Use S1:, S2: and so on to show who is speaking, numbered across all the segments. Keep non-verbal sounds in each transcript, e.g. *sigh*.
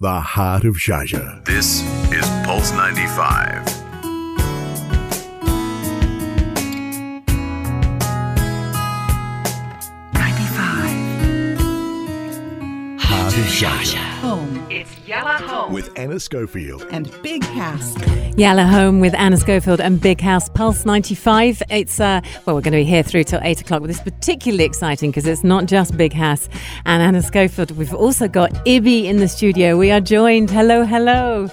S1: the heart of Jaja.
S2: This is Pulse 95.
S1: Heart of Jaja.
S3: Home. It's Yellow Home.
S1: With Anna Schofield.
S3: and Big House.
S4: Yalla Home with Anna Schofield and Big House Pulse 95. It's, uh, well, we're going to be here through till 8 o'clock, but it's particularly exciting because it's not just Big House and Anna Schofield. We've also got Ibby in the studio. We are joined. Hello, hello.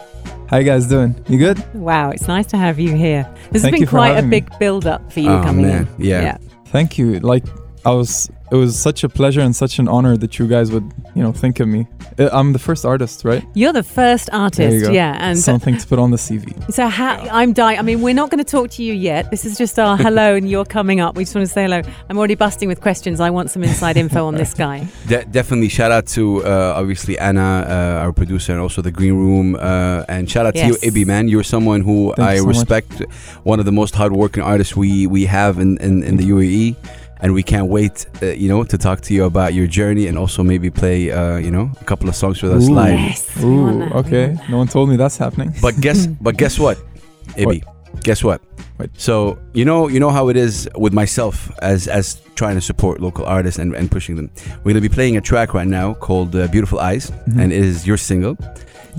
S5: How you guys doing? You good?
S4: Wow, it's nice to have you here. This
S5: Thank
S4: has
S5: you
S4: been
S5: for
S4: quite a
S5: having me.
S4: big build up for you
S6: Oh,
S4: coming
S6: man.
S4: in.
S6: Yeah.
S5: Thank you. Like I was it was such a pleasure and such an honor that you guys would, you know, think of me. I- I'm the first artist, right?
S4: You're the first
S5: There you
S4: artist.
S5: go.
S4: Yeah. And
S5: something to put on the CV.
S4: So how, I'm dying. I mean, we're not going to talk to you yet. This is
S5: *laughs*
S4: just our hello, and you're coming up. We just want to say hello. I'm already busting with questions. I want some inside info on this guy.
S6: De- definitely shout out to uh, obviously Anna, uh, our producer, and also the Green Room. Uh, and shout out
S4: Yes.
S6: to you, Ibby, man. You're someone who
S5: Thank
S6: I
S5: you so much.
S6: respect, one of the most hardworking artists we, we have in, in, in the UAE. And we can't wait, uh, you know, to talk to you about your journey and also maybe play, uh, you know, a couple of songs with us
S5: Ooh.
S6: live.
S4: Yes. we want
S5: Ooh,
S4: that, we
S5: okay.
S4: want that.
S5: No one told me that's happening.
S6: But guess, but guess what, Ibby? Guess what?
S5: What?
S6: So you know, you know how it is with myself as as trying to support local artists and, and pushing them. We're gonna be playing a track right now called uh, "Beautiful Eyes," and it is your single,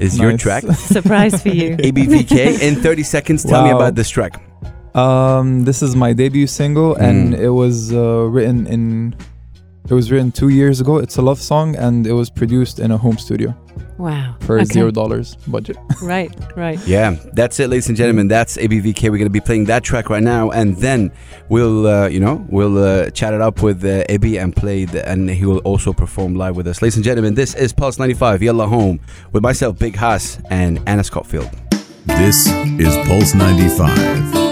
S6: is your
S5: Mm-hmm. Nice. *laughs*
S6: track.
S4: Surprise for you.
S6: ABVK in 30 seconds. Tell me
S5: Wow.
S6: about this track.
S5: Um, this is my debut single, and
S4: Mm.
S5: it was uh, written in. It was written two years ago. It's a love song, and it was produced in a home studio
S4: Wow.
S5: for
S4: Okay.
S5: zero dollars budget.
S4: Right. Right.
S6: Yeah, that's it, ladies and gentlemen. That's ABVK. We're gonna be playing that track right now, and then we'll, uh, you know, we'll uh, chat it up with uh, AB and play, the, and he will also perform live with us, ladies and gentlemen. This is Pulse 95, Yalla Home, with myself, Big Haas, and Anna Scottfield.
S2: This is Pulse 95.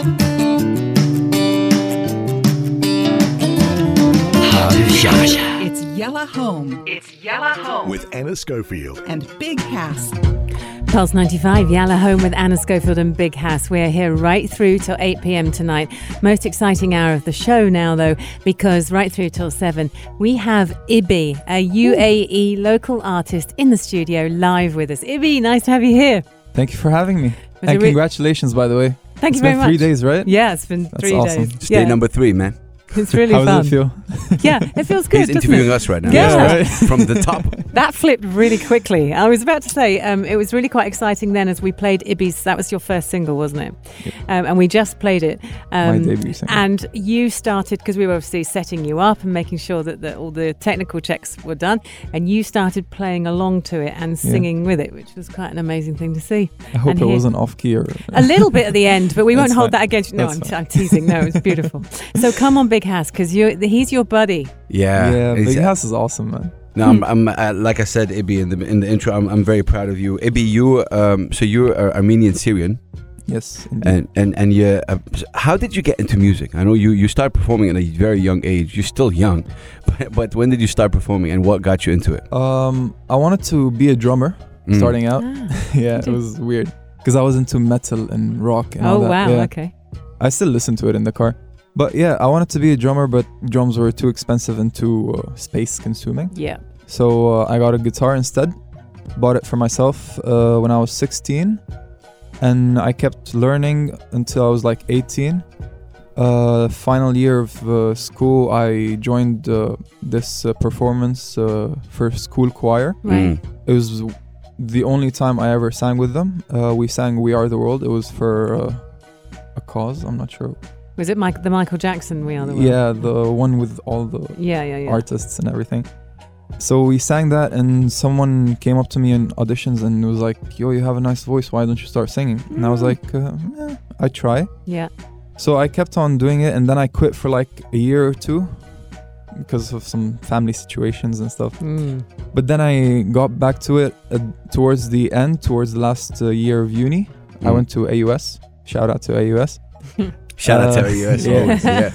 S3: It's Yellow Home. It's Yellow Home.
S1: With Anna Schofield.
S3: and Big House.
S4: Pulse 95, Yalla Home with Anna Schofield and Big House. We're here right through till 8 p.m. tonight. Most exciting hour of the show now, though, because right through till 7, we have Ibi, a UAE local artist, in the studio live with us. Ibi, nice to have you here.
S5: Thank you for having me,
S4: Was
S5: and
S4: it re-
S5: congratulations, by the way. It's
S4: Thank you very
S5: been three
S4: much.
S5: days, right?
S4: Yeah, it's been
S5: That's
S4: three
S5: awesome.
S4: days.
S6: Stay
S4: yeah,
S6: number three, man.
S4: it's really
S5: *laughs* How
S4: fun.
S5: does it feel?
S4: Yeah, it feels good.
S6: He's
S4: doesn't
S6: interviewing
S4: it?
S6: us right now.
S4: Yeah.
S5: Yeah, right?
S6: *laughs* From the top.
S4: That flipped really quickly. I was about to say um, it was really quite exciting then as we played Ibby's. That was your first single, wasn't it? Um, and we just played it. Um,
S5: debut single.
S4: And you started because we were obviously setting you up and making sure that the, all the technical checks were done. And you started playing along to it and singing with it, which was quite an amazing thing to see.
S5: I hope
S4: And
S5: it
S4: here-
S5: wasn't off key or.
S4: a little bit at the end, but we won't
S5: That's
S4: hold
S5: fine.
S4: that against you. No,
S5: That's
S4: I'm, t-
S5: fine.
S4: I'm teasing. No, it's beautiful. so come on, Big House, because he's your buddy.
S6: Yeah.
S5: yeah,
S6: He's-
S5: Big House is awesome, man.
S6: No, I'm, I'm uh, like I said, Ibi, in the in the intro, I'm, I'm very proud of you. Ibi, you, um, so you're uh, Armenian Syrian,
S5: Yes, indeed.
S6: and and and you, uh, how did you get into music? I know you you started performing at a very young age. You're still young, *laughs* but, but when did you start performing, and what got you into it?
S5: um, I wanted to be a drummer
S6: Mm.
S5: starting
S4: Ah,
S5: out. *laughs* yeah, it
S4: did.
S5: was weird because I was into metal and rock and all
S4: oh,
S5: that.
S4: wow.
S5: Yeah.
S4: Okay.
S5: I still listen to it in the car. But yeah, I wanted to be a drummer, but drums were too expensive and too uh, space consuming.
S4: Yeah.
S5: So uh, I got a guitar instead. Bought it for myself uh, when I was 16. And I kept learning until I was like 18. Uh, final year of uh, school, I joined uh, this uh, performance uh, for school choir.
S4: Right.
S5: It was the only time I ever sang with them. Uh, we sang "We Are the World." It was for uh, a cause. I'm not sure.
S4: Was it Mike, the Michael Jackson We Are the World?
S5: yeah, the one with all the
S4: Yeah, yeah, yeah.
S5: artists and everything. So we sang that, and someone came up to me in auditions and was like, "Yo, you have a nice voice. Why don't you start singing?" And I was
S4: Mm.
S5: like, uh, eh, "I try."
S4: Yeah.
S5: So I kept on doing it, and then I quit for like a year or two because of some family situations and stuff.
S4: Mm.
S5: But then I got back to it uh, towards the end, towards the last uh, year of uni. I
S6: Mm.
S5: went to AUS. Shout out to AUS.
S6: Shout out
S5: Uh,
S6: to you, as
S5: *laughs* yeah.
S6: always, yeah.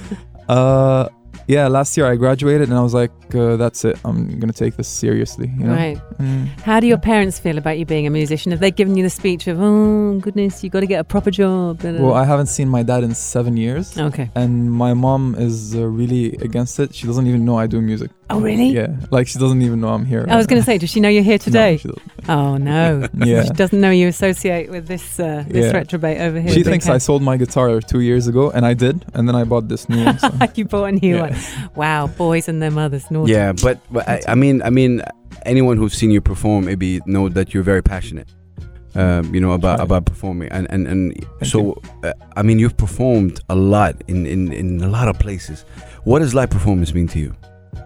S5: Uh, yeah, last year I graduated and I was like, like, uh, that's it. I'm gonna take this seriously. You know?
S4: Right.
S5: Mm.
S4: How do your parents feel about you being a musician? Have they given you the speech of, oh, goodness, you got to get a proper job?
S5: Well, I haven't seen my dad in seven years,
S4: Okay.
S5: and my mom is uh, really against it. She doesn't even know I do music.
S4: Oh, really?
S5: Yeah, like she doesn't even know I'm here.
S4: I
S5: *laughs*
S4: was going to say, does she know you're here
S5: No,
S4: today?
S5: she doesn't.
S4: oh, no.
S5: yeah.
S4: *laughs* She doesn't know you associate with this uh, this
S5: Yeah.
S4: retrobate over here.
S5: She
S4: Big
S5: thinks I
S4: Cat.
S5: sold my guitar two years ago, and I did, and then I bought this new one. So.
S4: *laughs* you bought a new
S5: Yeah.
S4: one. Wow, boys and their mothers. Naughty.
S6: Yeah, but, but I, I mean, I mean, anyone who's seen you perform, maybe know that you're very passionate. Um, you know about
S5: Right.
S6: about performing, and and and
S5: Thank
S6: so uh, I mean, you've performed a lot in in in a lot of places. What does live performance mean to you?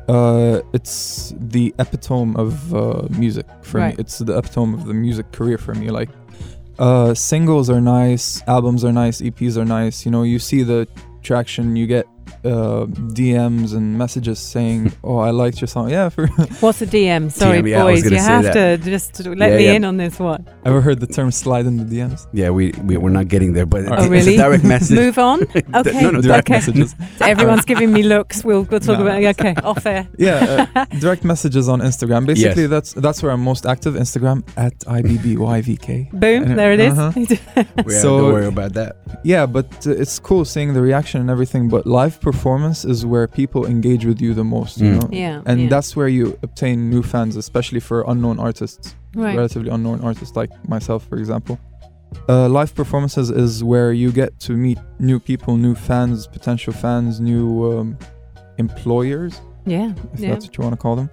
S5: Uh, it's the epitome of uh, music for me.
S4: Right.
S5: It's the epitome of the music career for me. Like, uh, singles are nice, albums are nice, EPs are nice. You know, you see the traction, you get uh, DMs and messages saying, "Oh, I liked your song." Yeah, for *laughs*
S4: What's a DM? Sorry,
S6: DM, yeah, I
S4: boys,
S6: was gonna
S4: you
S6: say
S4: have
S6: that.
S4: to just let
S6: Yeah,
S4: me
S6: yeah.
S4: in on this one.
S5: ever heard the term "slide in the DMs"?
S6: Yeah, we, we we're not getting there, but
S5: Oh,
S6: it's,
S4: really?
S6: it's a direct message. *laughs*
S4: Move on. Okay.
S6: no, no, direct
S4: okay.
S5: messages. *laughs*
S4: Everyone's giving me looks. We'll, we'll talk
S5: No.
S4: about Okay, off air.
S5: Yeah, uh, direct messages on Instagram. Basically,
S6: Yes.
S5: that's that's where I'm most active. Instagram at ibbyvk. *laughs*
S4: Boom, there it is.
S5: Uh-huh.
S6: Yeah,
S5: So-
S6: don't worry about that.
S5: Yeah, but uh, it's cool seeing the reaction and everything. But live performance is where people engage with you the most, you
S6: Mm.
S5: know?
S4: yeah.
S5: And
S4: yeah.
S5: that's where you obtain new fans, especially for unknown artists,
S4: *laughs* right.
S5: relatively unknown artists like myself, for example. Uh, live performances is where you get to meet new people, new fans, potential fans, new um, employers,
S4: Yeah.
S5: if
S4: yeah.
S5: that's what you want to call them,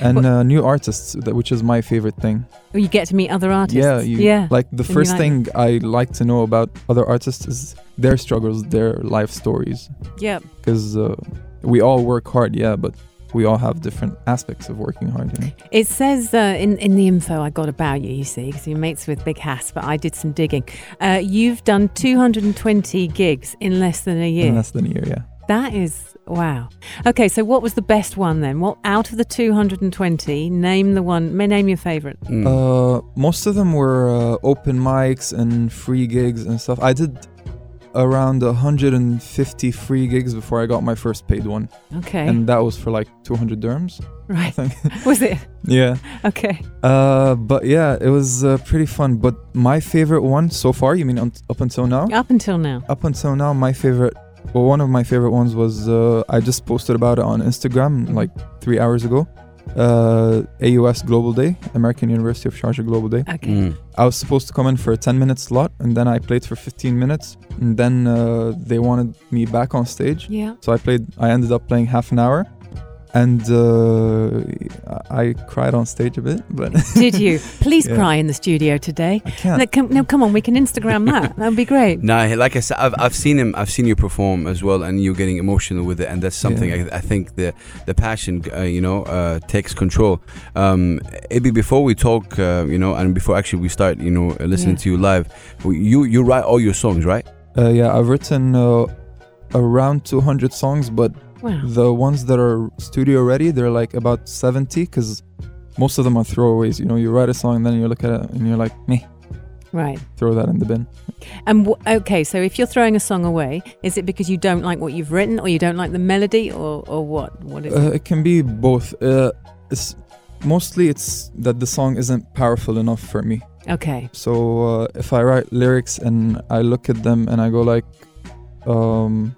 S5: and
S4: Well-
S5: uh, new artists, that, which is my favorite thing.
S4: Well, you get to meet other artists.
S5: Yeah, you,
S4: yeah.
S5: Like the
S4: you
S5: first
S4: like-
S5: thing I like to know about other artists is their struggles, their life stories,
S4: yeah.
S5: because uh, we all work hard, yeah, but we all have different aspects of working hard. You know?
S4: It says uh, in in the info I got about you, you see, because you're mates with Big Hass, but I did some digging. Uh, you've done 220 gigs in less than a year.
S5: In less than a year, yeah.
S4: That is wow. Okay, so what was the best one then? Well, out of the 220, name the one. may- Name your favorite.
S6: Mm.
S5: Uh, most of them were uh, open mics and free gigs and stuff. I did around 150 free gigs before I got my first paid one,
S4: Okay,
S5: *laughs* and that was for like 200 dirhams, I
S4: right.
S5: think. *laughs*
S4: Was it
S5: yeah.
S4: okay?
S5: Uh, but yeah, it was uh, pretty fun. But my favorite one so far, you mean un- up until now?
S4: Up until now.
S5: Up until now, my favorite, well, one of my favorite ones was uh, I just posted about it on Instagram like three hours ago. Uh, AUS Global Day, American University of Sharjah Global Day.
S4: Okay.
S6: Mm.
S5: I was supposed to come in for a 10 minute slot, and then I played for 15 minutes, and then uh, they wanted me back on stage.
S4: Yeah.
S5: So I played. I ended up playing half an hour, and uh, I I cried on stage a bit, but *laughs*
S4: Did you? Please
S5: Yeah.
S4: cry in the studio today.
S5: I can't.
S4: No, come, no, come on. We can Instagram
S5: *laughs*
S4: that. That would be great.
S6: Nah, he- like I said, I've, I've seen him. I've seen you perform as well, and you're getting emotional with it, and that's something I, I think the the passion, uh, you know, uh, takes control. Um, Ibi, before we talk, uh, you know, and before actually we start, you know, listening
S4: Yeah.
S6: to you live, you you write all your songs, right?
S5: Uh, yeah, I've written uh, around 200 songs, but
S4: Wow.
S5: the ones that are studio ready, they're like about 70 because most of them are throwaways. You know, you write a song, and then you look at it and you're like, meh,
S4: Right.
S5: throw that in the bin.
S4: And w- okay, so if you're throwing a song away, is it because you don't like what you've written, or you don't like the melody, or or what? What is it?
S5: Uh, it can be both. Uh, it's mostly it's that the song isn't powerful enough for me.
S4: Okay,
S5: So uh, if I write lyrics and I look at them and I go like, um,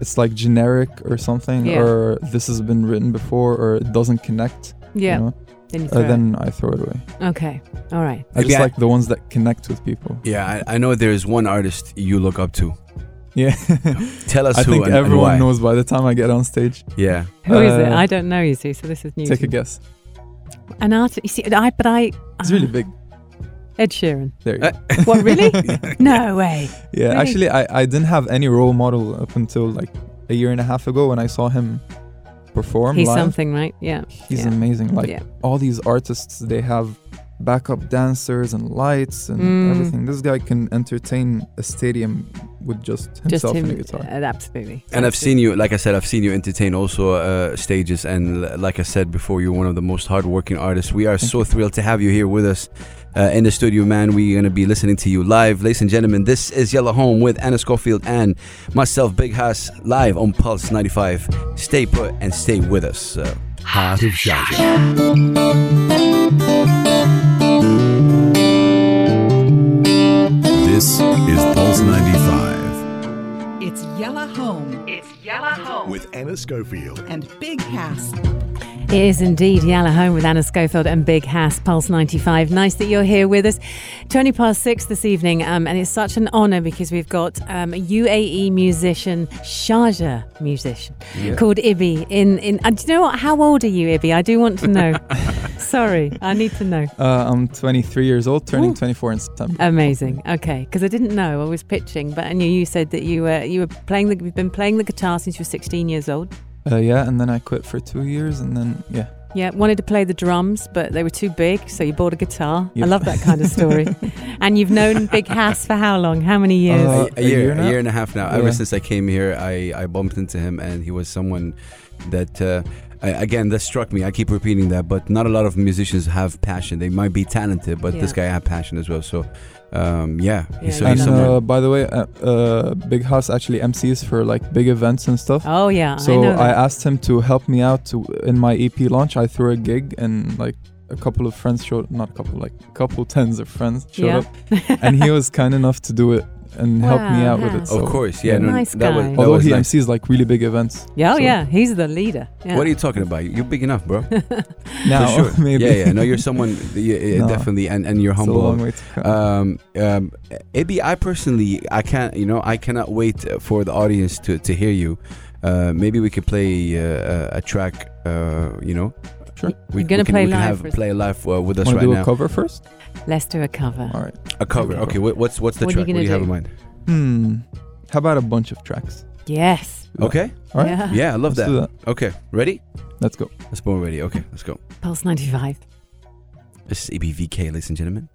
S5: it's like generic or something,
S4: Yeah.
S5: or this has been written before, or it doesn't connect. you
S4: yeah.
S5: know,
S4: Then you throw
S5: uh, then I throw it away.
S4: it. Okay, all right.
S5: I just
S6: Yeah.
S5: like the ones that connect with people. *laughs*
S6: Yeah, I, I know there is one artist you look up to.
S5: Yeah,
S6: Tell us
S5: I
S6: who
S5: think
S6: and, and
S5: everyone
S6: why.
S5: knows by the time I get on stage.
S6: Yeah,
S4: Who is it?
S5: Uh,
S4: I don't know you see, so this is new.
S5: Take
S4: to
S5: a
S4: me.
S5: guess.
S4: An artist. You see, I but I.
S5: It's really
S4: ah,
S5: big.
S4: Ed
S5: *laughs*
S4: Sheeran.
S5: There
S6: Uh,
S5: you go.
S4: What
S5: *laughs*
S4: really? no way.
S5: Yeah,
S4: Really?
S5: actually, I, I didn't have any role model up until like a year and a half ago when I saw him perform
S4: He's
S5: live.
S4: something, right? Yeah.
S5: He's
S4: yeah.
S5: amazing. Like
S4: yeah.
S5: all these artists, they have backup dancers and lights and
S4: Mm.
S5: everything. This guy can entertain a stadium with just
S4: Just
S5: himself
S4: him.
S5: and a guitar.
S4: uh, absolutely.
S6: and I've seen you. Like I said, I've seen you entertain also uh, stages, and l- like I said before, you're one of the most hardworking artists. We are so thrilled to have you here with us uh, in the studio, man. We're going to be listening to you live. Ladies and gentlemen, this is Yellow Home with Anna Schofield and myself, Big Hass, live on Pulse 95. Stay put and stay with us. Uh,
S1: Heart of Sharjah.
S2: This is Pulse 95
S3: It's Yellow Home. It's Yellow Home.
S1: With Anna Schofield.
S3: and Big Hass.
S4: It is indeed Yalla Home with Anna Schofield and Big Hass, Pulse 95. Nice that you're here with us. 20 past six this evening, um, and it's such an honor because we've got um, a UAE musician, Sharjah musician, called Ibi. In, in, uh, do you know what? How old are you, Ibi? I do want to know. Sorry, I need to know.
S5: Uh, I'm 23 years old, turning 24 in September.
S4: Amazing. Okay, because I didn't know I was pitching, but I knew you said that you were you were playing the you've been playing the guitar since you were 16 years old.
S5: Uh, yeah, and then I quit for two years, and then yeah,
S4: Yeah, wanted to play the drums, but they were too big, so you bought a guitar. I love that kind of
S5: *laughs*
S4: story. and you've known Big Hass for how long? How many years?
S5: Uh,
S6: a,
S5: a
S6: year,
S5: year
S6: a
S5: now?
S6: year and a half now. Ever
S5: Yeah.
S6: since I came here, I, I bumped into him, and he was someone that. Uh, I- Again, that struck me. I keep repeating that, but not a lot of musicians have passion. They might be talented, but this
S4: Yeah.
S6: guy had passion as well. So, um, yeah,
S4: Yeah,
S6: he's, so
S4: you
S5: and
S6: he's
S4: know.
S6: someone.
S5: uh, by the way, uh, uh, Big House actually MCs for like big events and stuff.
S4: oh yeah, I
S5: so
S4: know.
S5: I,
S4: that.
S5: asked him to help me out to, in my EP launch. I threw a gig, and like a couple of friends showed, not a couple, like a couple tens of friends showed
S4: Yeah.
S5: up, and he was kind enough to do it
S4: *laughs*
S5: and help me
S4: Wow,
S5: out with
S4: House.
S5: it. So,
S6: of course, yeah.
S5: yeah.
S6: no,
S4: Nice
S6: that was-
S4: guy.
S6: that
S5: Although
S6: was
S5: he
S6: nice.
S5: MCs like really big events.
S4: yeah, oh
S5: so-
S4: yeah, he's the leader. Yeah.
S6: What are you talking about? You're big enough,
S5: *laughs*
S6: bro. For
S5: Now
S6: sure.
S5: *laughs* maybe
S6: Yeah, yeah. No, you're
S5: *laughs*
S6: someone. Yeah, yeah,
S5: No.
S6: definitely, and and you're
S5: it's a
S6: humble.
S5: long way to come.
S6: um, um, Ibi, I personally, I can't, you know, I cannot wait for the audience to, to hear you. Uh, maybe we could play uh, a track, uh, you know.
S5: Sure.
S6: We,
S4: You're gonna
S6: we can,
S4: play
S6: we can
S4: live
S6: have
S4: first.
S6: play live uh, with us
S5: Want
S6: right
S5: to do
S6: now.
S5: a cover first?
S4: Let's do a cover.
S5: All right.
S6: a cover. Okay, wha- what's what's the
S4: What are you
S6: track? What do you
S4: gonna
S6: have in
S4: do?
S6: mind?
S5: Hmm. How about a bunch of tracks?
S4: Yes.
S6: Okay.
S5: All right.
S4: Yeah.
S6: Yeah, I love
S5: Let's do
S6: that.
S5: that.
S6: Okay, ready?
S5: Let's go.
S6: Let's born ready. Okay, let's go.
S4: Pulse 95.
S6: This is ABVK, ladies and gentlemen.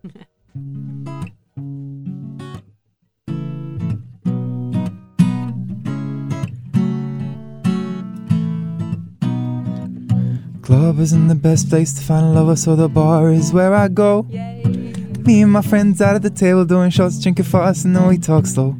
S5: Club isn't the best place to find a lover, so the bar is where I go. Me and my friends out at the table doing shots, drinking fast, and then we talk slow.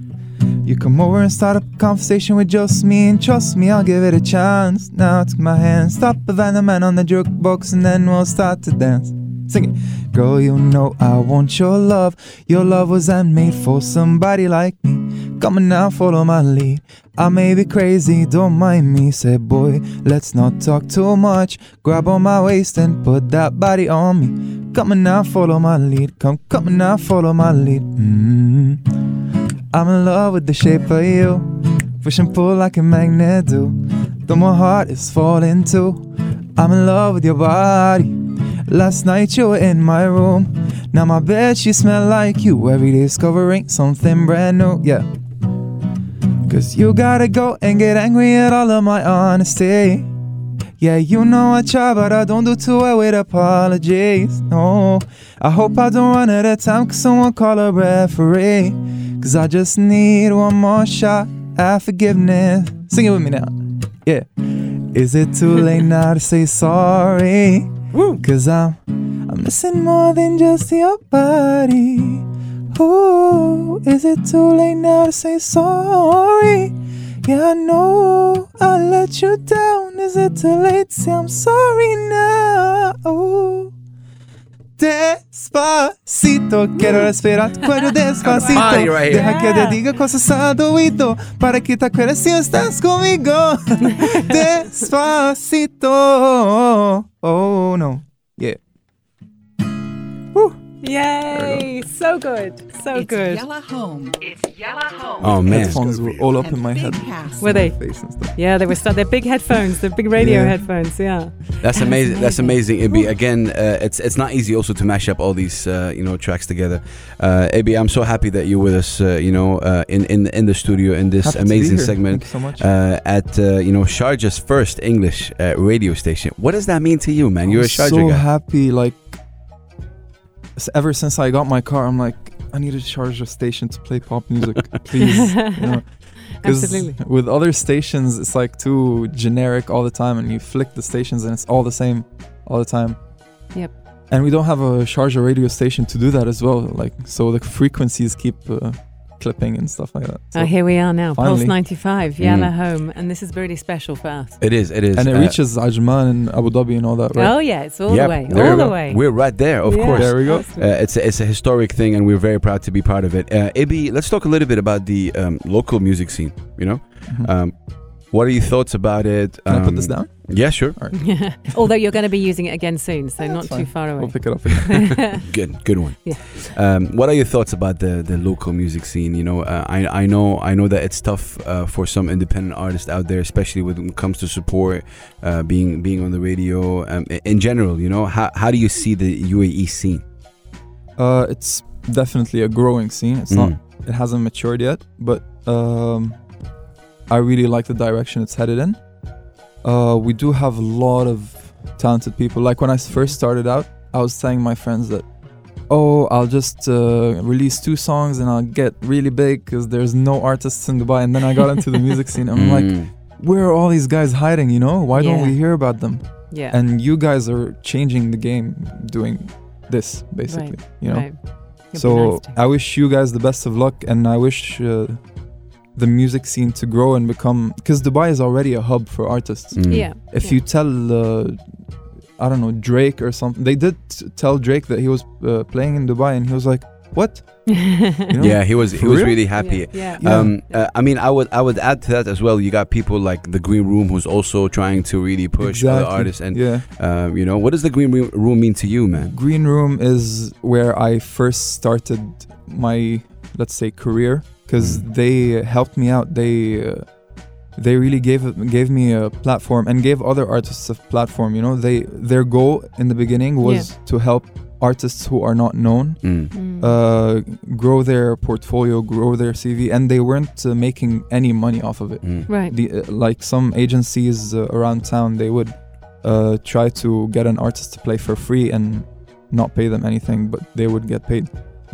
S5: You come over and start up a conversation with just me, and trust me, I'll give it a chance. Now take my hand, stop behind the man on the jukebox, and then we'll start to dance. Sing it. Girl, you know I want your love. Your love was handmade for somebody like me. Come on now, follow my lead. I may be crazy, don't mind me. Say, boy, let's not talk too much. Grab on my waist and put that body on me. Come on now, follow my lead. Come, come on now, follow my lead. mm I'm in love with the shape of you. Push and pull like a magnet do. Though my heart is falling too. I'm in love with your body. Last night you were in my room. Now my bed she smell like you. Every day discovering something brand new. Yeah. Cause you gotta go and get angry at all of my honesty. Yeah, you know I try, but I don't do too well with apologies. No, I hope I don't run out of time. Cause someone call a referee. Cause I just need one more shot at forgiveness. Sing it with me now. Yeah. Is it too late now to say sorry? Cause I'm, I'm missing more than just your body. Ooh, is it too late now to say sorry? Yeah, I know I let you down. Is it too late to say I'm sorry now? Ooh. Despacito, quiero
S6: *laughs*
S5: respirar tu cuello despacito.
S6: body right here.
S5: Deja que te diga cosas al oído para que te acuerdes si estás conmigo.
S6: *laughs*
S5: Despacito. Oh no. Yeah.
S4: Yay! So good. So
S3: it's
S4: good.
S3: Yellow Home. It's Yellow Home.
S6: Oh man,
S5: Headphones were all up in my
S3: Big
S5: head.
S3: Hass.
S4: Were they?
S5: Face and stuff.
S4: Yeah, they were. St- they're big headphones. They're big radio
S5: Yeah.
S4: headphones. Yeah.
S6: that's amazing. That's amazing, Ibi. Again, uh, it's it's not easy also to mash up all these uh, you know tracks together. Uh, Ibi, I'm so happy that you're with us. Uh, you know, uh, in in in the studio in this
S5: Happy to be
S6: amazing
S5: here.
S6: segment.
S5: Thank you so much.
S6: uh, at uh, you know Sharjah's first English uh, radio station. What does that mean to you, man? You're a
S5: I'm
S6: Sharjah
S5: so
S6: guy.
S5: happy. Like s- ever since I got my car, I'm like, I need a charger station to play pop music,
S6: *laughs*
S5: please. you
S4: *laughs*
S5: know? 'Cause
S4: Absolutely.
S5: With other stations, it's like too generic all the time, and you flick the stations, and it's all the same all the time.
S4: Yep.
S5: and we don't have a Sharjah radio station to do that as well. Like so, the frequencies keep uh, clipping and stuff like that. So-
S4: Oh, here we are now. Pulse
S5: Finally.
S4: 95, Yala
S6: Mm.
S4: Home. And this is really special for us.
S6: It is. It is.
S5: and it
S6: uh,
S5: reaches Ajman and Abu Dhabi and all that, right?
S4: Oh, yeah, it's all
S6: yeah,
S4: the way.
S6: there
S4: All
S6: we
S4: the
S6: go.
S4: way.
S6: We're right there, of
S4: Yeah.
S6: course.
S5: There we go.
S4: Absolutely.
S6: Uh, it's a, it's a historic thing, and we're very proud to be part of it. Uh, Ibi, let's talk a little bit about the um, local music scene. You know,
S5: Mhm.
S6: um, what are your thoughts about it?
S5: Can I put
S6: Um,
S5: this down?
S6: Yeah, sure.
S4: *laughs* Although you're going to be using it again soon, so not
S5: fine.
S4: too far
S5: We'll
S4: away.
S5: pick it up. *laughs* again.
S6: *laughs* Good, good one.
S4: Yeah.
S6: Um, what are your thoughts about the the local music scene? You know, uh, I I know I know that it's tough uh, for some independent artists out there, especially when it comes to support, uh, being being on the radio um, i- in general. You know, how how do you see the UAE scene?
S5: uh, it's definitely a growing scene. It's not.
S6: Mm.
S5: It hasn't matured yet, but um, I really like the direction it's headed in. Uh, we do have a lot of talented people. Like when I s- first started out, I was telling my friends that, oh, I'll just uh, release two songs and I'll get really big because there's no artists in Dubai. And then I got into the music scene. I'm like,
S6: *laughs* Mm.
S5: where are all these guys hiding? You know, why don't
S4: Yeah.
S5: we hear about them?
S4: Yeah.
S5: And you guys are changing the game doing this, basically. You know.
S4: Right. It'd be
S5: So
S4: nice to-
S5: I wish you guys the best of luck, and I wish uh, the music scene to grow and become because Dubai is already a hub for artists.
S6: Mm.
S4: yeah.
S5: If
S4: yeah.
S5: you tell, uh, I don't know, Drake or something, they did t- tell Drake that he was uh, playing in Dubai, and he was like,
S4: *laughs*
S5: "What?" You know?
S6: Yeah, he was he
S5: For
S6: was
S5: real?
S6: really happy.
S4: Yeah.
S5: Yeah.
S6: Um, uh, I mean, I would I would add to that as well. You got people like the Green Room, who's also trying to really push other
S5: Exactly.
S6: artists. And
S5: yeah,
S6: um, you know, what does the Green Room- Room mean to you, man?
S5: Green Room is where I first started my, let's say, career because
S6: Mm.
S5: they helped me out. They uh, they really gave gave me a platform and gave other artists a platform. You know, they their goal in the beginning was to help artists who are not known
S6: Mm.
S4: Mm.
S5: uh, grow their portfolio, grow their CV, and they weren't uh, making any money off of it
S6: Mm.
S4: right.
S5: the, uh, like some agencies uh, around town they would uh, try to get an artist to play for free and not pay them anything but they would get paid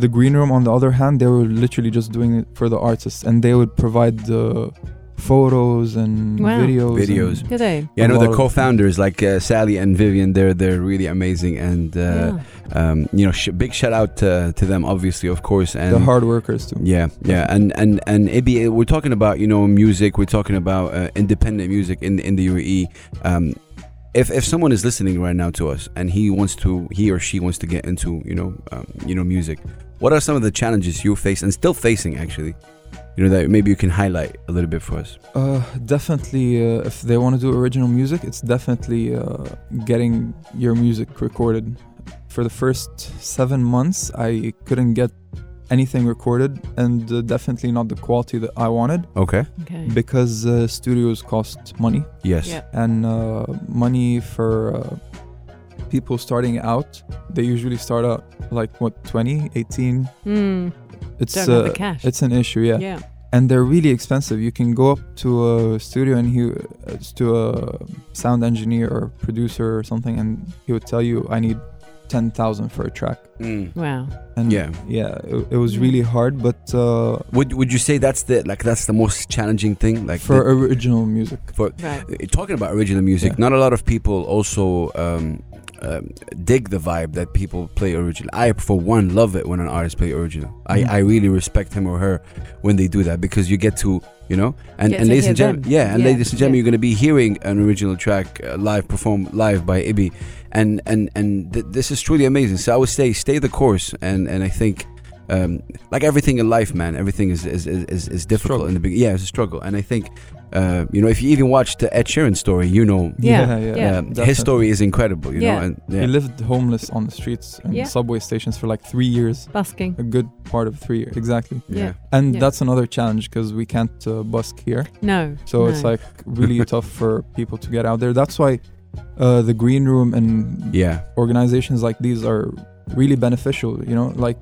S5: the green room on the other hand they were literally just doing it for the artists and they would provide the photos and
S4: Wow.
S5: videos and-
S6: Videos.
S4: Did they?
S6: Yeah, I
S5: A
S6: know
S5: lot
S6: the
S5: of-
S6: co-founders like uh, Sally and Vivian. They're they're really amazing, and
S4: Oh,
S6: uh, um, you know, sh- big shout out to, to them, obviously, of course. And
S5: the hard workers too
S6: yeah, yeah, and and and Ibi, uh, we're talking about you know music. We're talking about uh, independent music in in the UAE. Um, if if someone is listening right now to us and he wants to, he or she wants to get into you know um, you know music, what are some of the challenges you face and still facing actually? You know that maybe you can highlight a little bit for us.
S5: Uh, definitely, uh, if they want to do original music, it's definitely uh, getting your music recorded. For the first seven months, I couldn't get anything recorded, and uh, definitely not the quality that I wanted
S6: Okay.
S4: Okay.
S5: because uh, studios cost money,
S6: Yes.
S4: Yeah.
S5: and uh, money for uh, people starting out, they usually start out like what 20, 18.
S4: Mm.
S5: It's
S4: Don't have
S5: uh,
S4: the cash.
S5: it's an issue, yeah
S4: yeah.
S5: and they're really expensive. You can go up to a studio and he uh, to a sound engineer or producer or something, and he would tell you, "I need ten thousand for a track."
S6: Mm.
S4: Wow.
S5: And
S6: Yeah.
S5: yeah, it, it was really hard, but uh,
S6: Would would you say that's the like that's the most challenging thing? Like
S5: for
S6: the-
S5: original music,
S6: for
S4: Right.
S6: uh, talking about original music,
S5: Yeah.
S6: not a lot of people also um, um, dig the vibe that people play original. I for one love it when an artist play original.
S5: Mhm.
S6: I, I really respect him or her when they do that because you get to you know and,
S4: Get
S6: and
S4: to
S6: ladies
S4: hear
S6: and gentlemen
S4: them.
S6: yeah and
S4: Yeah,
S6: ladies and gentlemen
S4: yeah.
S6: you're gonna be hearing an original track uh, live performed live by Ibi and and and th- this is truly amazing. So I would say stay the course and and I think. Um, like everything in life, man, everything is is, is, is, is difficult
S5: Struggle.
S6: in the beginning. Yeah, it's a struggle, and I think uh, you know, if you even watch the Ed Sheeran story, you know,
S5: yeah,
S4: Yeah, yeah.
S6: um,
S5: definitely.
S6: his story is incredible. You
S4: Yeah.
S6: know, and
S5: He
S6: yeah.
S5: lived homeless on the streets and
S4: Yeah.
S5: subway stations for like three years,
S4: Busking.
S5: a good part of three years, exactly.
S6: yeah.
S5: And
S4: Yeah.
S5: that's another challenge because we can't uh, busk here.
S4: No.
S5: So it's
S4: no.
S5: like really tough for people to get out there. That's why uh, the green room and
S6: yeah,
S5: organizations like these are really beneficial you know like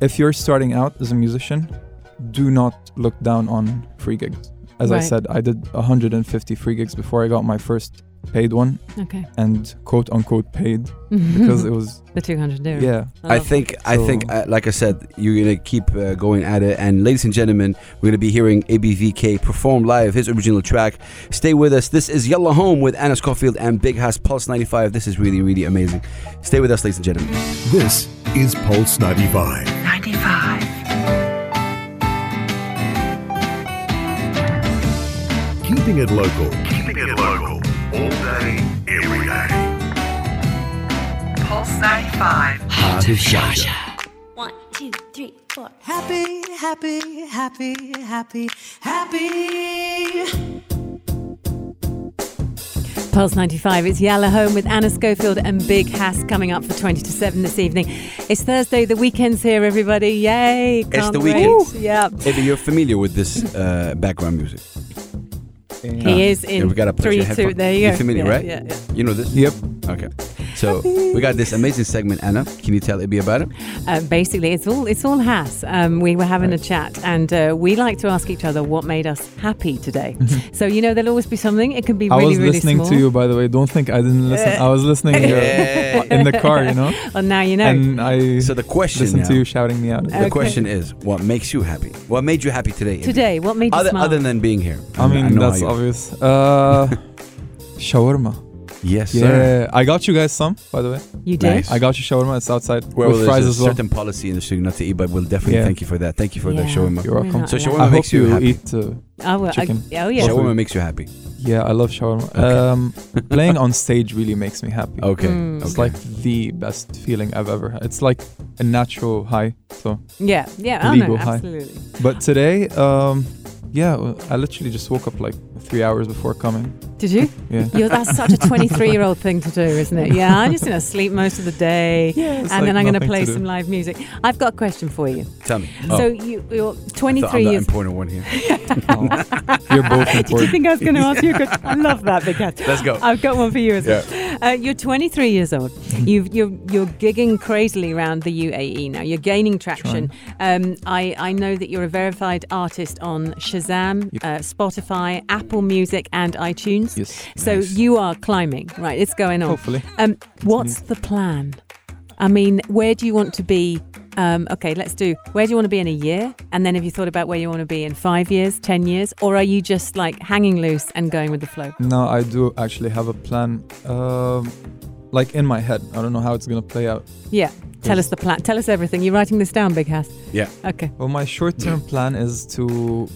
S5: if you're starting out as a musician do not look down on free gigs as i
S4: Right.
S5: said i did 150 free gigs before i got my first paid one
S4: Okay.
S5: and quote unquote
S4: *laughs*
S5: paid because it was
S4: the 200 dirham.
S5: yeah
S4: Oh.
S6: I think I think uh, like I said, you're gonna keep uh, going at it. And ladies and gentlemen, we're gonna be hearing ABVK perform live his original track. Stay with us. This is Yalla Home with Anna Schofield and Big House Pulse 95. This is really really amazing. Stay with us, ladies and gentlemen.
S1: This is Pulse 95.
S3: 95.
S1: Keeping it local. Keeping it local. All day, every day.
S3: Pulse 95.
S1: Heart of Sharjah.
S7: One, two, three, four.
S8: Happy, happy, happy, happy, happy.
S4: Pulse 95, it's Yalla Home with Anna Schofield and Big Hass coming up for 20 to 7 this evening. It's Thursday, the weekend's here, everybody. Yay! Can't
S6: the
S4: wait.
S6: weekend.
S4: Yeah.
S6: Maybe you're familiar with this uh, background music.
S5: yeah.
S4: He is in
S6: Um, Yeah, we gotta put
S4: three,
S6: your
S4: two.
S6: headphone-
S4: There you go.
S6: You're familiar,
S4: Yeah,
S6: right?
S4: Yeah, yeah.
S6: You know this.
S5: yep
S6: Okay. So we got this amazing segment, Anna. Can you tell
S4: *laughs*
S6: Ibby about it?
S4: Uh, basically, it's all it's all Hass. Um, we were having a chat, and uh, we like to ask each other what made us happy today. so you know, there'll always be something. It can be
S5: Mm-hmm. I
S4: really,
S5: was
S4: really
S5: listening
S4: small.
S5: to you by the way don't think I didn't listen I was
S4: *laughs*
S5: listening uh, in the car you know
S4: Well, now you know.
S5: and I
S6: So the question
S5: listened
S6: now-
S5: to you shouting me out
S6: The question is, what makes you happy? What made you happy today? Ibby?
S4: today, what made you
S6: Other,
S4: smile?
S6: other than being here.
S5: I mean
S6: know how
S5: that's
S6: you-
S5: obvious uh *laughs* shawarma
S6: Yes,
S5: yeah
S6: sir.
S5: I got you guys some by the way
S4: you did.
S6: Nice.
S5: I got you shawarma it's outside
S6: Well,
S5: with
S6: there's
S5: fries
S6: a
S5: as well
S6: certain policy in the studio not to eat, but we'll definitely
S5: Yeah.
S6: thank you for that. Thank you for that
S4: Yeah.
S6: shawarma.
S5: You're welcome.
S4: We're
S6: So
S4: not
S6: shawarma
S5: I
S4: allowed.
S5: hope
S6: makes you
S5: you
S6: happy.
S5: eat uh,
S4: I will- I-
S5: chicken.
S4: oh yeah.
S6: Shawarma makes you happy.
S5: Yeah, I love
S6: *laughs*
S5: shawarma. Um, playing on stage really makes me happy.
S6: Okay.
S4: Mm.
S6: Oh, okay.
S5: It's like the best feeling I've ever had. It's like a natural high. So,
S4: Yeah, yeah, oh,
S5: Legal
S4: no,
S5: high.
S4: absolutely.
S5: but today, um, yeah, w- I literally just woke up like three hours before coming.
S4: Did you?
S5: Yeah.
S4: You're, that's such
S5: *laughs*
S4: a 23 year old thing to do, isn't it? Yeah, I'm just going to sleep most of the day
S5: *laughs* Yeah,
S4: and
S5: it's like
S4: then I'm going to
S5: nothing
S4: play
S5: to do.
S4: some live music. I've got a question for you.
S6: tell me.
S4: So
S6: Oh,
S4: you, you're
S6: I
S4: 23
S6: thought I'm the
S4: years.
S6: important one here.
S5: Oh, You're
S4: *laughs*
S5: both
S4: Did you
S5: important.
S4: think I was going to ask you a question? I love
S5: *laughs*
S4: that, Big Cat.
S6: Let's
S4: *laughs*
S6: go.
S4: I've got one for you as well. Uh, you're 23 years old.
S5: Mm-hmm.
S4: You've, you're, you're gigging crazily around the UAE now. You're gaining traction. Um, I, I know that you're a verified artist on Shazam,
S5: Yep.
S4: uh, Spotify, Apple Music, and iTunes.
S5: Yes.
S4: So you are climbing, right? It's going on.
S5: Hopefully.
S4: Um, what's the plan? I mean, where do you want to be? Um, okay, let's do. Where do you want to be in a year? And then have you thought about where you want to be in five years, ten years, or are you just like hanging loose and going with the flow?
S5: No, I do actually have a plan, um, like in my head. I don't know how it's going to play out.
S4: Yeah. Tell
S5: Yes.
S4: us the plan. Tell us everything. You're writing this down, Big Hass.
S6: Yeah.
S4: Okay.
S5: Well, my short term plan is to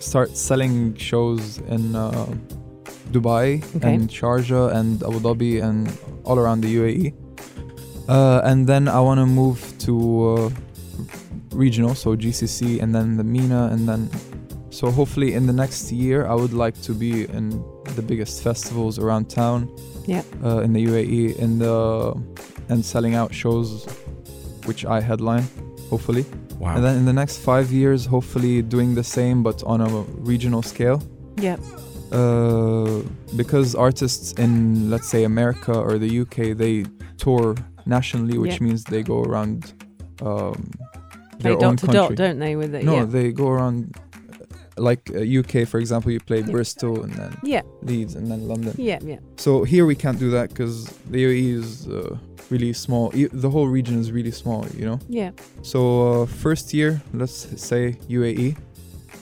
S5: start selling shows in uh, Dubai
S4: Okay.
S5: and Sharjah and Abu Dhabi and all around the UAE. Uh, and then I want to move to uh, regional, so GCC, and then the MENA, and then so hopefully in the next year I would like to be in the biggest festivals around town.
S4: Yeah.
S5: Uh, in the UAE, in the and selling out shows, which I headline, hopefully.
S6: Wow.
S5: And then in the next five years, hopefully doing the same but on a regional scale.
S4: Yeah.
S5: Uh, because artists in, let's say, America or the UK, they tour nationally, which
S4: Yeah.
S5: means they go around um,
S4: They
S5: their own
S4: dot to dot,
S5: country.
S4: don't they? With it.
S5: no,
S4: yeah.
S5: they go around. Like uh, UK, for example, you play Bristol and then
S4: yeah.
S5: Leeds and then London.
S4: Yeah. Yeah.
S5: So here we can't do that because the UAE is uh, really small. E- The whole region is really small, you know.
S4: Yeah.
S5: So uh, first year, let's say UAE.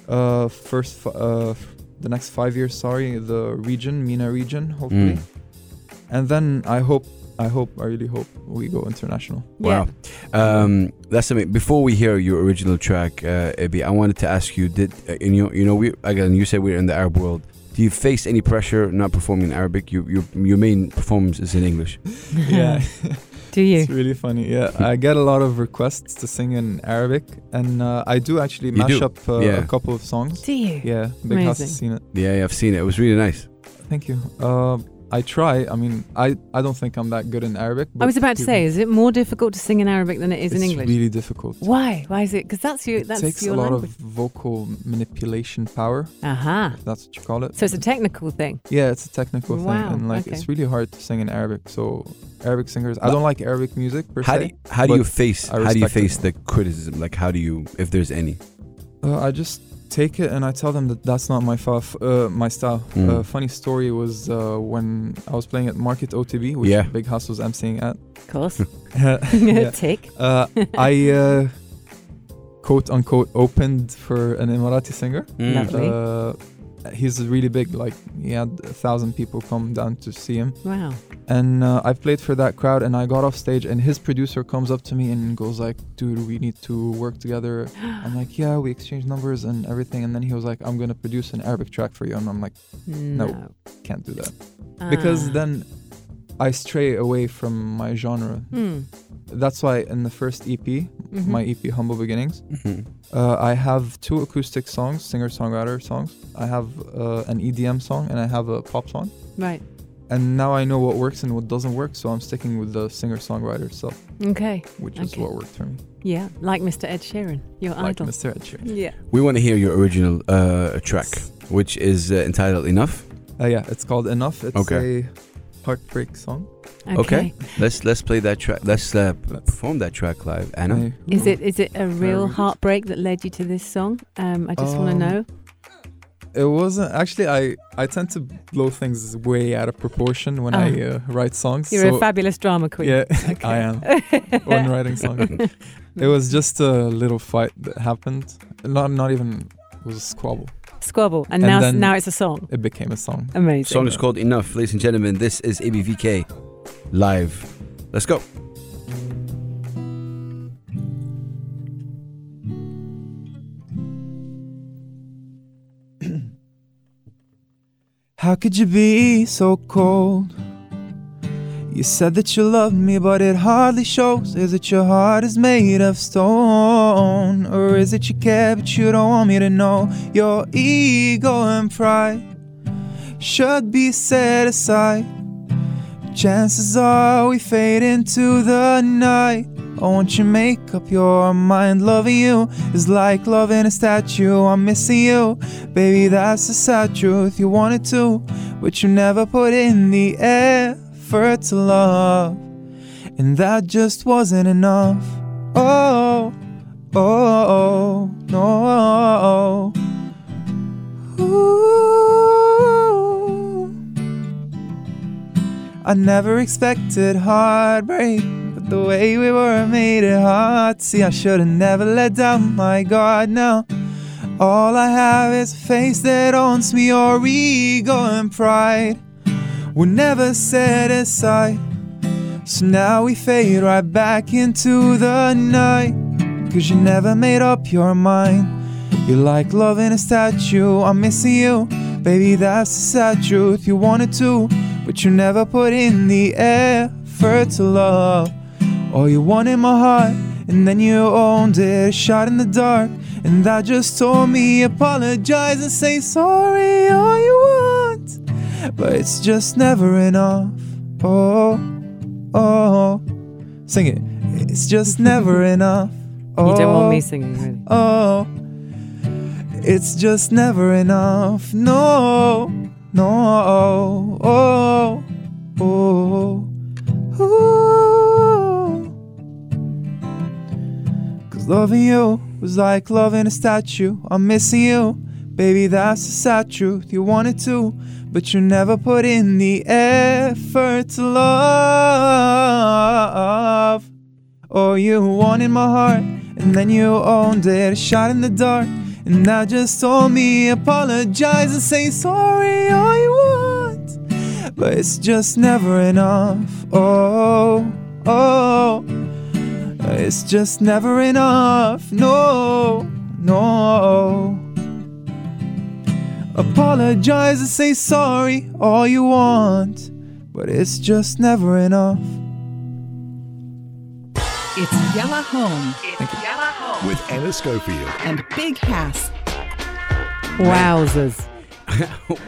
S5: Uh, first, f- uh, f- the next five years, sorry, the region, MENA region, hopefully,
S6: Mm.
S5: and then I hope, I hope, I really hope we go
S4: *laughs*
S5: international.
S6: Wow. Um, that's amazing. Before we hear your original track, uh, Ibi, I wanted to ask you: Did uh, and you you know we again? You said we're in the Arab world. Do you face any pressure not performing in Arabic? Your your, your main performance is in English.
S5: *laughs* yeah,
S4: *laughs* Do you?
S5: it's really funny. Yeah, I get a lot of requests to sing in Arabic, and uh, I do actually
S6: You
S5: mash
S6: do?
S5: up uh,
S6: Yeah.
S5: a couple of songs.
S4: Do you?
S5: Yeah, Big House
S4: Amazing.
S5: has seen it.
S6: Yeah, yeah, I've seen it. It was really nice.
S5: Thank you. Uh, I try. I mean, I, I don't think I'm that good in Arabic.
S4: I was about to
S5: people-
S4: say, is it more difficult to sing in Arabic than it is
S5: it's
S4: in English?
S5: really difficult.
S4: Why? Why is it? Because that's your.
S5: it
S4: that's
S5: takes
S4: your
S5: a lot
S4: language.
S5: of vocal manipulation power.
S4: Aha.
S5: if That's what you call it.
S4: So it's a technical thing.
S5: yeah, it's a technical
S4: Wow,
S5: thing, and like
S4: okay.
S5: it's really hard to sing in Arabic. So Arabic singers, I don't like Arabic music per
S6: How do
S5: se.
S6: you, how do you
S5: but
S6: face
S5: I
S6: how do you
S5: respect
S6: face
S5: it.
S6: the criticism? Like how do you if there's any?
S5: uh, I just
S9: take it and I tell them that that's not my fa- uh, my style.
S6: Mm.
S9: Uh, funny story was uh, when I was playing at Market OTB, which
S6: Yeah.
S9: Big House was emceeing
S5: *laughs*
S9: at.
S4: Of course. *laughs*
S9: Yeah.
S4: Tick.
S9: Uh, I uh, quote unquote opened for an Emirati singer.
S6: Mm.
S4: Lovely.
S9: Uh, he's really big. Like he had a thousand people come down to see him,
S4: Wow.
S9: and uh, I played for that crowd. And I got off stage, and his producer comes up to me and goes like, "Dude, we need to work
S4: *gasps*
S9: together." I'm like, "Yeah." We exchanged numbers and everything, and then he was like, "I'm gonna produce an Arabic track for you," and I'm like,
S4: No.
S9: "Can't do that," because
S4: Ah.
S9: then I stray away from my genre.
S4: Hmm.
S9: That's why in the first EP,
S4: Mhm.
S9: my EP Humble Beginnings.
S6: Mhm.
S9: Uh, I have two acoustic songs, singer-songwriter songs. I have uh, an EDM song and I have a pop song.
S4: Ah, Right.
S9: And now I know what works and what doesn't work, so I'm sticking with the singer-songwriter stuff,
S4: Okay.
S9: which is
S4: Okay.
S9: what worked for me.
S4: Yeah. Like Mr. Ed Sheeran, your
S9: Like
S4: idol.
S9: Mr. Ed Sheeran.
S4: Yeah.
S6: We want to hear your original uh, track, which is uh, entitled "Enough."
S9: Uh, yeah, it's called Enough. It's
S6: Okay.
S9: a heartbreak song.
S4: Okay.
S6: Okay. Let's let's play that track. Let's uh,
S9: Let's-
S6: perform that track live, Anna.
S9: I-
S4: Is it is it a real
S9: Roots.
S4: heartbreak that led you to this song? Um, I just want to
S9: Um,
S4: know.
S9: It wasn't actually. I I tend to blow things way out of proportion when I uh, write songs.
S4: Oh. You're
S9: so-
S4: a fabulous drama queen.
S9: Yeah, *laughs* I am. when writing
S4: *laughs*
S9: songs. it was just a little fight that happened. Not not even it was a squabble.
S4: Squabble, and,
S9: And
S4: now
S9: then-
S4: now it's a song.
S9: It became a song.
S4: Amazing.
S6: song is called "Enough," ladies and gentlemen. This is ABVK live. Let's go. *laughs*
S9: How could you be so cold? You said that you loved me, but it hardly shows. Is it your heart is made of stone? Or is it you care, but you don't want me to know? Your ego and pride should be set aside. Chances are we fade into the night. Oh, won't you make up your mind? Loving you is like loving a statue. I'm missing you, baby. That's the sad truth. You wanted to, but you never put in the effort to love, and that just wasn't enough. Oh, oh, oh no. Ooh. I never expected heartbreak, but the way we were made it hard. See, I should have never let down my guard now. All I have is a face that owns me, your ego and pride. We're never set aside. So now we fade right back into the night. Cause you never made up your mind. You like loving a statue, I'm missing you. Baby, that's the sad truth. You wanted to, but you never put in the effort to love. All you wanted my heart, and then you owned it. A shot in the dark, and that just told me apologize and say sorry all you want. But it's just never enough. Oh, oh. Sing it. It's just never enough. Oh,
S4: You don't want me singing, really.
S9: Oh, it's just never enough. No, no, oh, oh, oh. ooh. Cause loving you was like loving a statue. I'm missing you, baby. That's the sad truth. You wanted to, but you never put in the effort to love. Oh, you wanted my heart, and then you owned it. A shot in the dark, and that just told me apologize and say sorry all you want. But it's just never enough. Oh, oh, it's just never enough. No, no. Apologize and say sorry all you want, but it's just never enough.
S3: It's Yella Home
S10: It's Yellow Home
S1: With Anna Schofield.
S3: and Big House.
S4: Wowzers.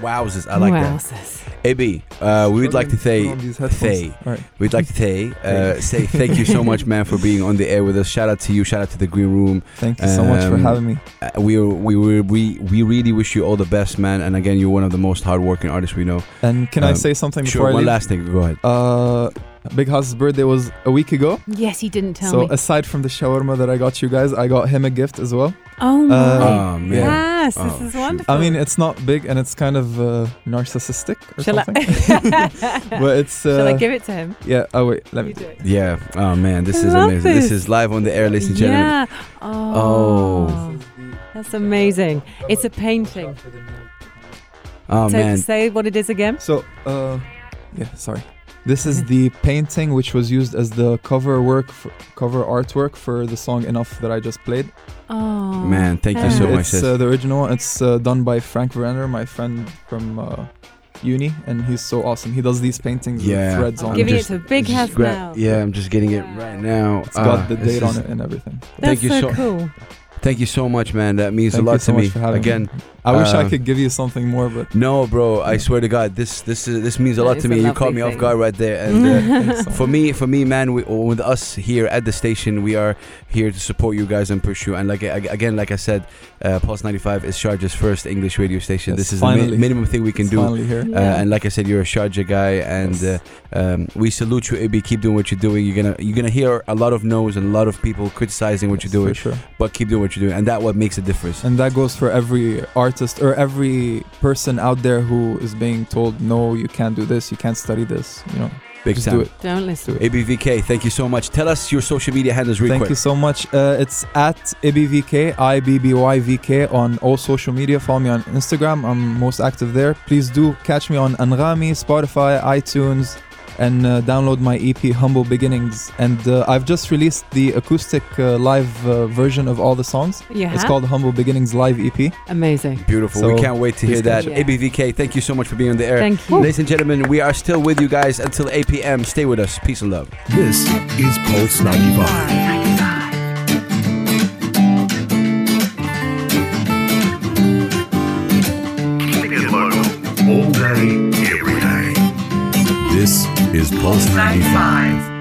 S6: Wowzers, I like that.
S4: Wowzers.
S6: AB, uh, we'd like to say, say,
S9: All right.
S6: we'd like to say, uh,
S9: Hey.
S6: say thank you so much, man, for being on the air with us. Shout out to you. Shout out to the Green Room.
S9: Thank you so much for
S6: Um,
S9: having me.
S6: Uh, we are- we were- we we really wish you all the best, man. And again, you're one of the most hardworking artists we know.
S9: And can I
S6: um,
S9: say something before
S6: Sure.
S9: I
S6: One
S9: leave?
S6: last thing. Go ahead.
S9: uh, Big House's birthday was a week ago.
S4: Yes, he didn't tell
S9: so
S4: me.
S5: uh,
S9: aside from the shawarma that I got you guys, I got him a gift as well.
S4: Oh my
S9: uh,
S6: Oh, man.
S4: Yes,
S6: Oh,
S4: this is
S6: shoot.
S4: wonderful.
S9: I mean, it's not big and it's kind of uh, narcissistic or
S4: Shall I-
S9: something.
S4: *laughs*
S9: but it's uh,
S4: Shall I give it to him?
S9: yeah. Oh wait, let me.
S6: Yeah. Oh man, this
S4: I
S6: is
S4: love
S6: amazing. This.
S4: this.
S6: is live on the air, ladies and gentlemen.
S4: Yeah. Oh, that's amazing. It's a painting.
S6: Oh
S4: so
S6: man.
S4: say what it is again.
S9: So, uh, yeah, sorry. This is the painting which was used as the cover work, for, cover artwork for the song "Enough" that I just played.
S4: Oh
S6: Man, thank you
S4: Yeah.
S6: so much.
S9: it's
S6: sis.
S9: uh, the original. It's uh, done by Frank Verander, my friend from uh, uni, and he's so awesome. He does these paintings
S6: Yeah.
S9: with threads
S4: I'm
S9: on.
S4: giving
S9: Just-
S4: it to Big
S6: Just
S4: House
S6: gra-
S4: now.
S6: Yeah, I'm just getting it right now.
S9: it's
S6: Ah,
S9: got the
S6: this
S9: date on
S6: is-
S9: it and everything.
S4: That's
S6: Thank you
S4: so
S6: so-
S4: cool.
S6: Thank you so much, man. That means
S9: Thank
S6: a lot
S9: you so
S6: to
S9: much
S6: me.
S9: for having me.
S6: Again,
S9: I wish I
S6: uh,
S9: could give you something more,
S4: *laughs*
S9: but
S6: No, bro. I swear to God, this this is, this means a
S4: That
S6: lot
S4: is
S6: to
S4: a
S6: me. You
S4: lovely
S6: caught me off
S4: thing.
S6: guard right there.
S4: *laughs*
S6: And
S9: Thanks
S6: uh,
S9: so
S6: for me, for me, man, we, or with us here at the station, we are here to support you guys and push you. And like I- again, like I said, uh, Pulse ninety five is Sharjah's first English radio station.
S9: Yes,
S6: this is the
S9: finally.
S6: mi- minimum thing we can
S9: it's
S6: do.
S9: finally here.
S6: Uh, and like I said, you're a Sharjah guy, and
S9: Yes.
S6: uh, um, we salute you, Ibi. Keep doing what you're doing. You're gonna you're gonna hear a lot of no's and a lot of people criticizing what
S9: Yes, for
S6: you're doing,
S9: sure.
S6: but keep doing what you're doing, and that what makes a difference.
S9: And that goes for every artist or every person out there who is being told, no, you can't do this, you can't study this. You know,
S6: Big
S9: just
S6: time.
S9: do it.
S4: Don't listen.
S6: ABVK, thank you so much. Tell us your social media handles real
S9: Thank
S6: quick.
S9: you so much. Uh, it's at IBVK, I B B Y V K, on all social media. Follow me on Instagram. I'm most active there. Please do catch me on Anrami, Spotify, iTunes, and uh, download my EP, Humble Beginnings. And uh, I've just released the acoustic uh, live uh, version of all the songs.
S4: You
S9: It's
S4: have?
S9: called Humble Beginnings Live E EP.
S4: Amazing.
S6: Beautiful. we
S9: So,
S6: can't wait to
S9: please
S6: hear that.
S4: catch it.
S6: ABVK, thank you so much for being on the air.
S4: Thank you.
S6: Ladies and gentlemen, we are still with you guys until 8 p.m. Stay with us. Peace and love.
S1: This is Pulse 95.
S11: 95.
S1: Keeping it local all day, every day.
S12: This is Pulse
S11: Pulse
S12: 95.
S11: 95.